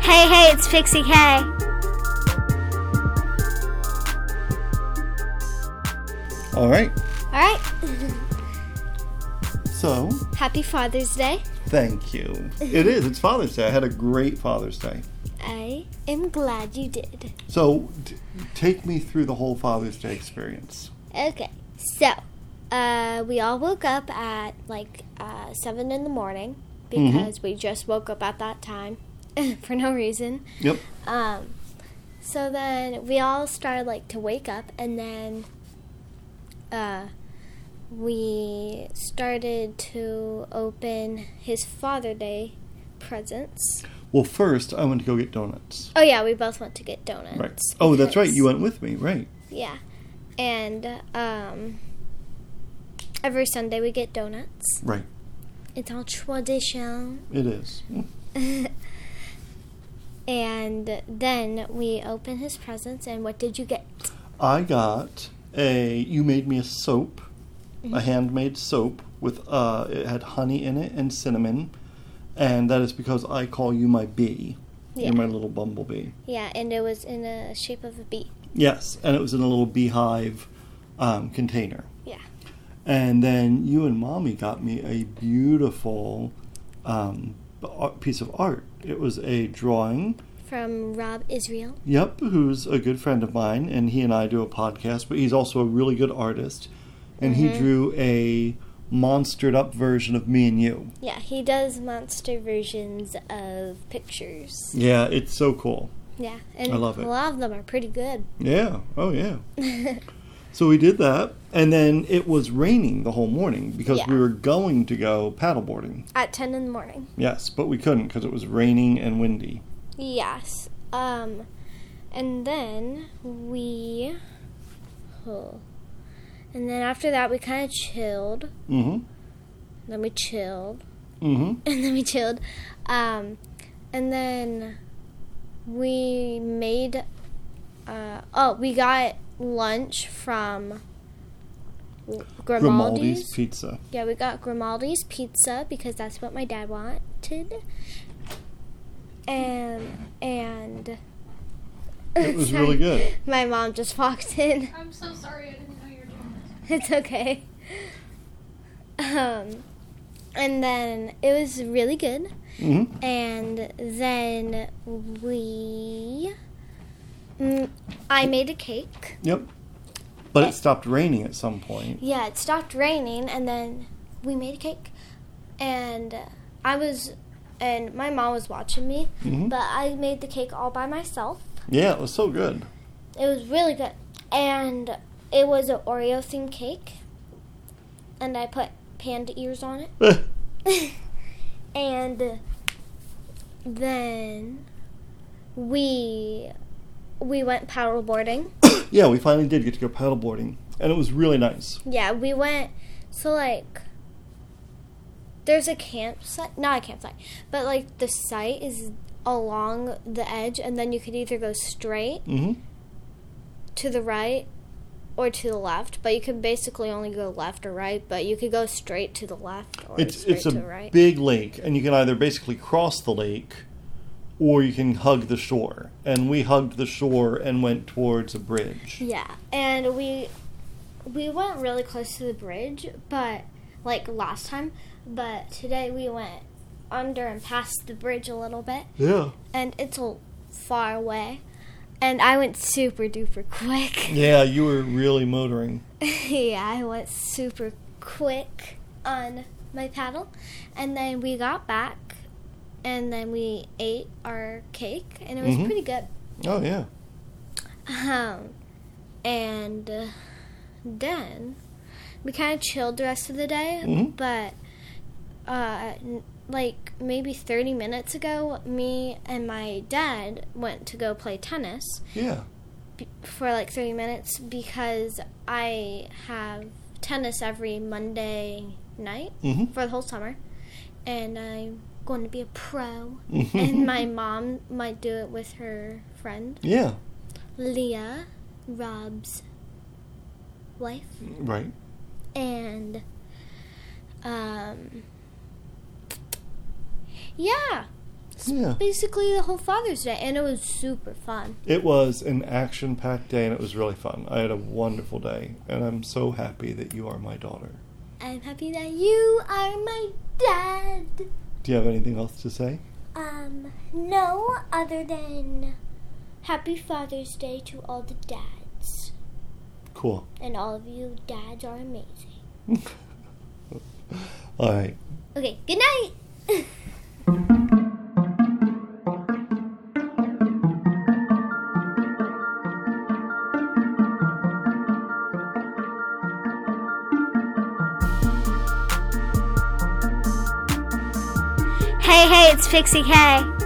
Hey, hey, it's Pixie K. All right. All right. So, Happy Father's Day. thank you. It is. It's Father's Day. I had a great Father's Day. I am glad you did. So, t- take me through the whole Father's Day experience. Okay. So, uh, we all woke up at like uh, 7 in the morning because we just woke up at that time for no reason. Yep. Um, so then we all started like to wake up, and then uh, we started to open his Father Day presents. Well, first, I went to go get donuts. Oh yeah, we both went to get donuts. Right. Oh, that's right. because- You went with me. Right. Yeah, and um, every Sunday we get donuts. Right. It's all tradition. It is. And then we open his presents, and what did you get? I got a. You made me a soap, a handmade soap with. Uh, it had honey in it and cinnamon, and that is because I call you my bee. Yeah. You're my little bumblebee. Yeah, and it was in a shape of a bee. Yes, and it was in a little beehive um, container. Yeah. And then you and mommy got me a beautiful um, ar- piece of art. It was a drawing. from Rob Israel. Yep, who's a good friend of mine, and he and I do a podcast, but he's also a really good artist. And Mm-hmm. he drew a monstered up version of me and you. Yeah, he does monster versions of pictures. Yeah, it's so cool. Yeah, and I love it. a lot of them are pretty good. Yeah, oh yeah. so we did that, and then it was raining the whole morning because we Yeah. were going to go paddleboarding. At 10 in the morning. Yes, but we couldn't because it was raining and windy. Yes. Um and then we oh. And then after that we kind of chilled. Mm Then we chilled. hmm. Mm hmm. And then we chilled. Um and then we made uh oh, we got lunch from Grimaldi's Grimaldi's Pizza. Yeah, we got Grimaldi's pizza because that's what my dad wanted. And and It was really good. my mom just walked in. I'm so sorry I didn't know you were doing this. It's okay. Um and then it was really good Mm hmm. and then we mm, I made a cake. Yep. But it stopped raining at some point. Yeah, it stopped raining, and then we made a cake. And I was, and my mom was watching me, Mhm. but I made the cake all by myself. Yeah, it was so good. It was really good. And it was an Oreo themed cake, and I put panda ears on it. and then we we went paddleboarding. yeah, we finally did get to go paddleboarding, and it was really nice. Yeah, we went. So like, there's a campsite, not a campsite, but like the site is along the edge, and then you could either go straight Mm hmm. to the right or to the left, but you can basically only go left or right. But you could go straight to the left or It's straight it's to a the right. big lake, and you can either basically cross the lake, or you can hug the shore. And we hugged the shore and went towards a bridge. yeah, and we we went really close to the bridge, but like last time, but today we went under and past the bridge a little bit. Yeah. and it's a far away. And I went super duper quick. Yeah, you were really motoring. yeah, I went super quick on my paddle. And then we got back and then we ate our cake and it was Mhm. pretty good. Oh yeah. Um, and uh, then we kind of chilled the rest of the day, Mhm. but uh, n- like maybe 30 minutes ago, me and my dad went to go play tennis. Yeah. b- for like 30 minutes because I have tennis every Monday night Mhm. for the whole summer. And I'm going to be a pro. Mhm. and my mom might do it with her friend, Yeah. Leah, Rob's wife. Right. And, um, yeah. Yeah. Basically, the whole Father's Day, and it was super fun. It was an action packed day and it was really fun. I had a wonderful day and I'm so happy that you are my daughter. I'm happy that you are my dad. Do you have anything else to say? Um, no, other than Happy Father's Day to all the dads. Cool. And all of you dads are amazing. All right. Okay, good night. Hey, hey, it's Pixie K.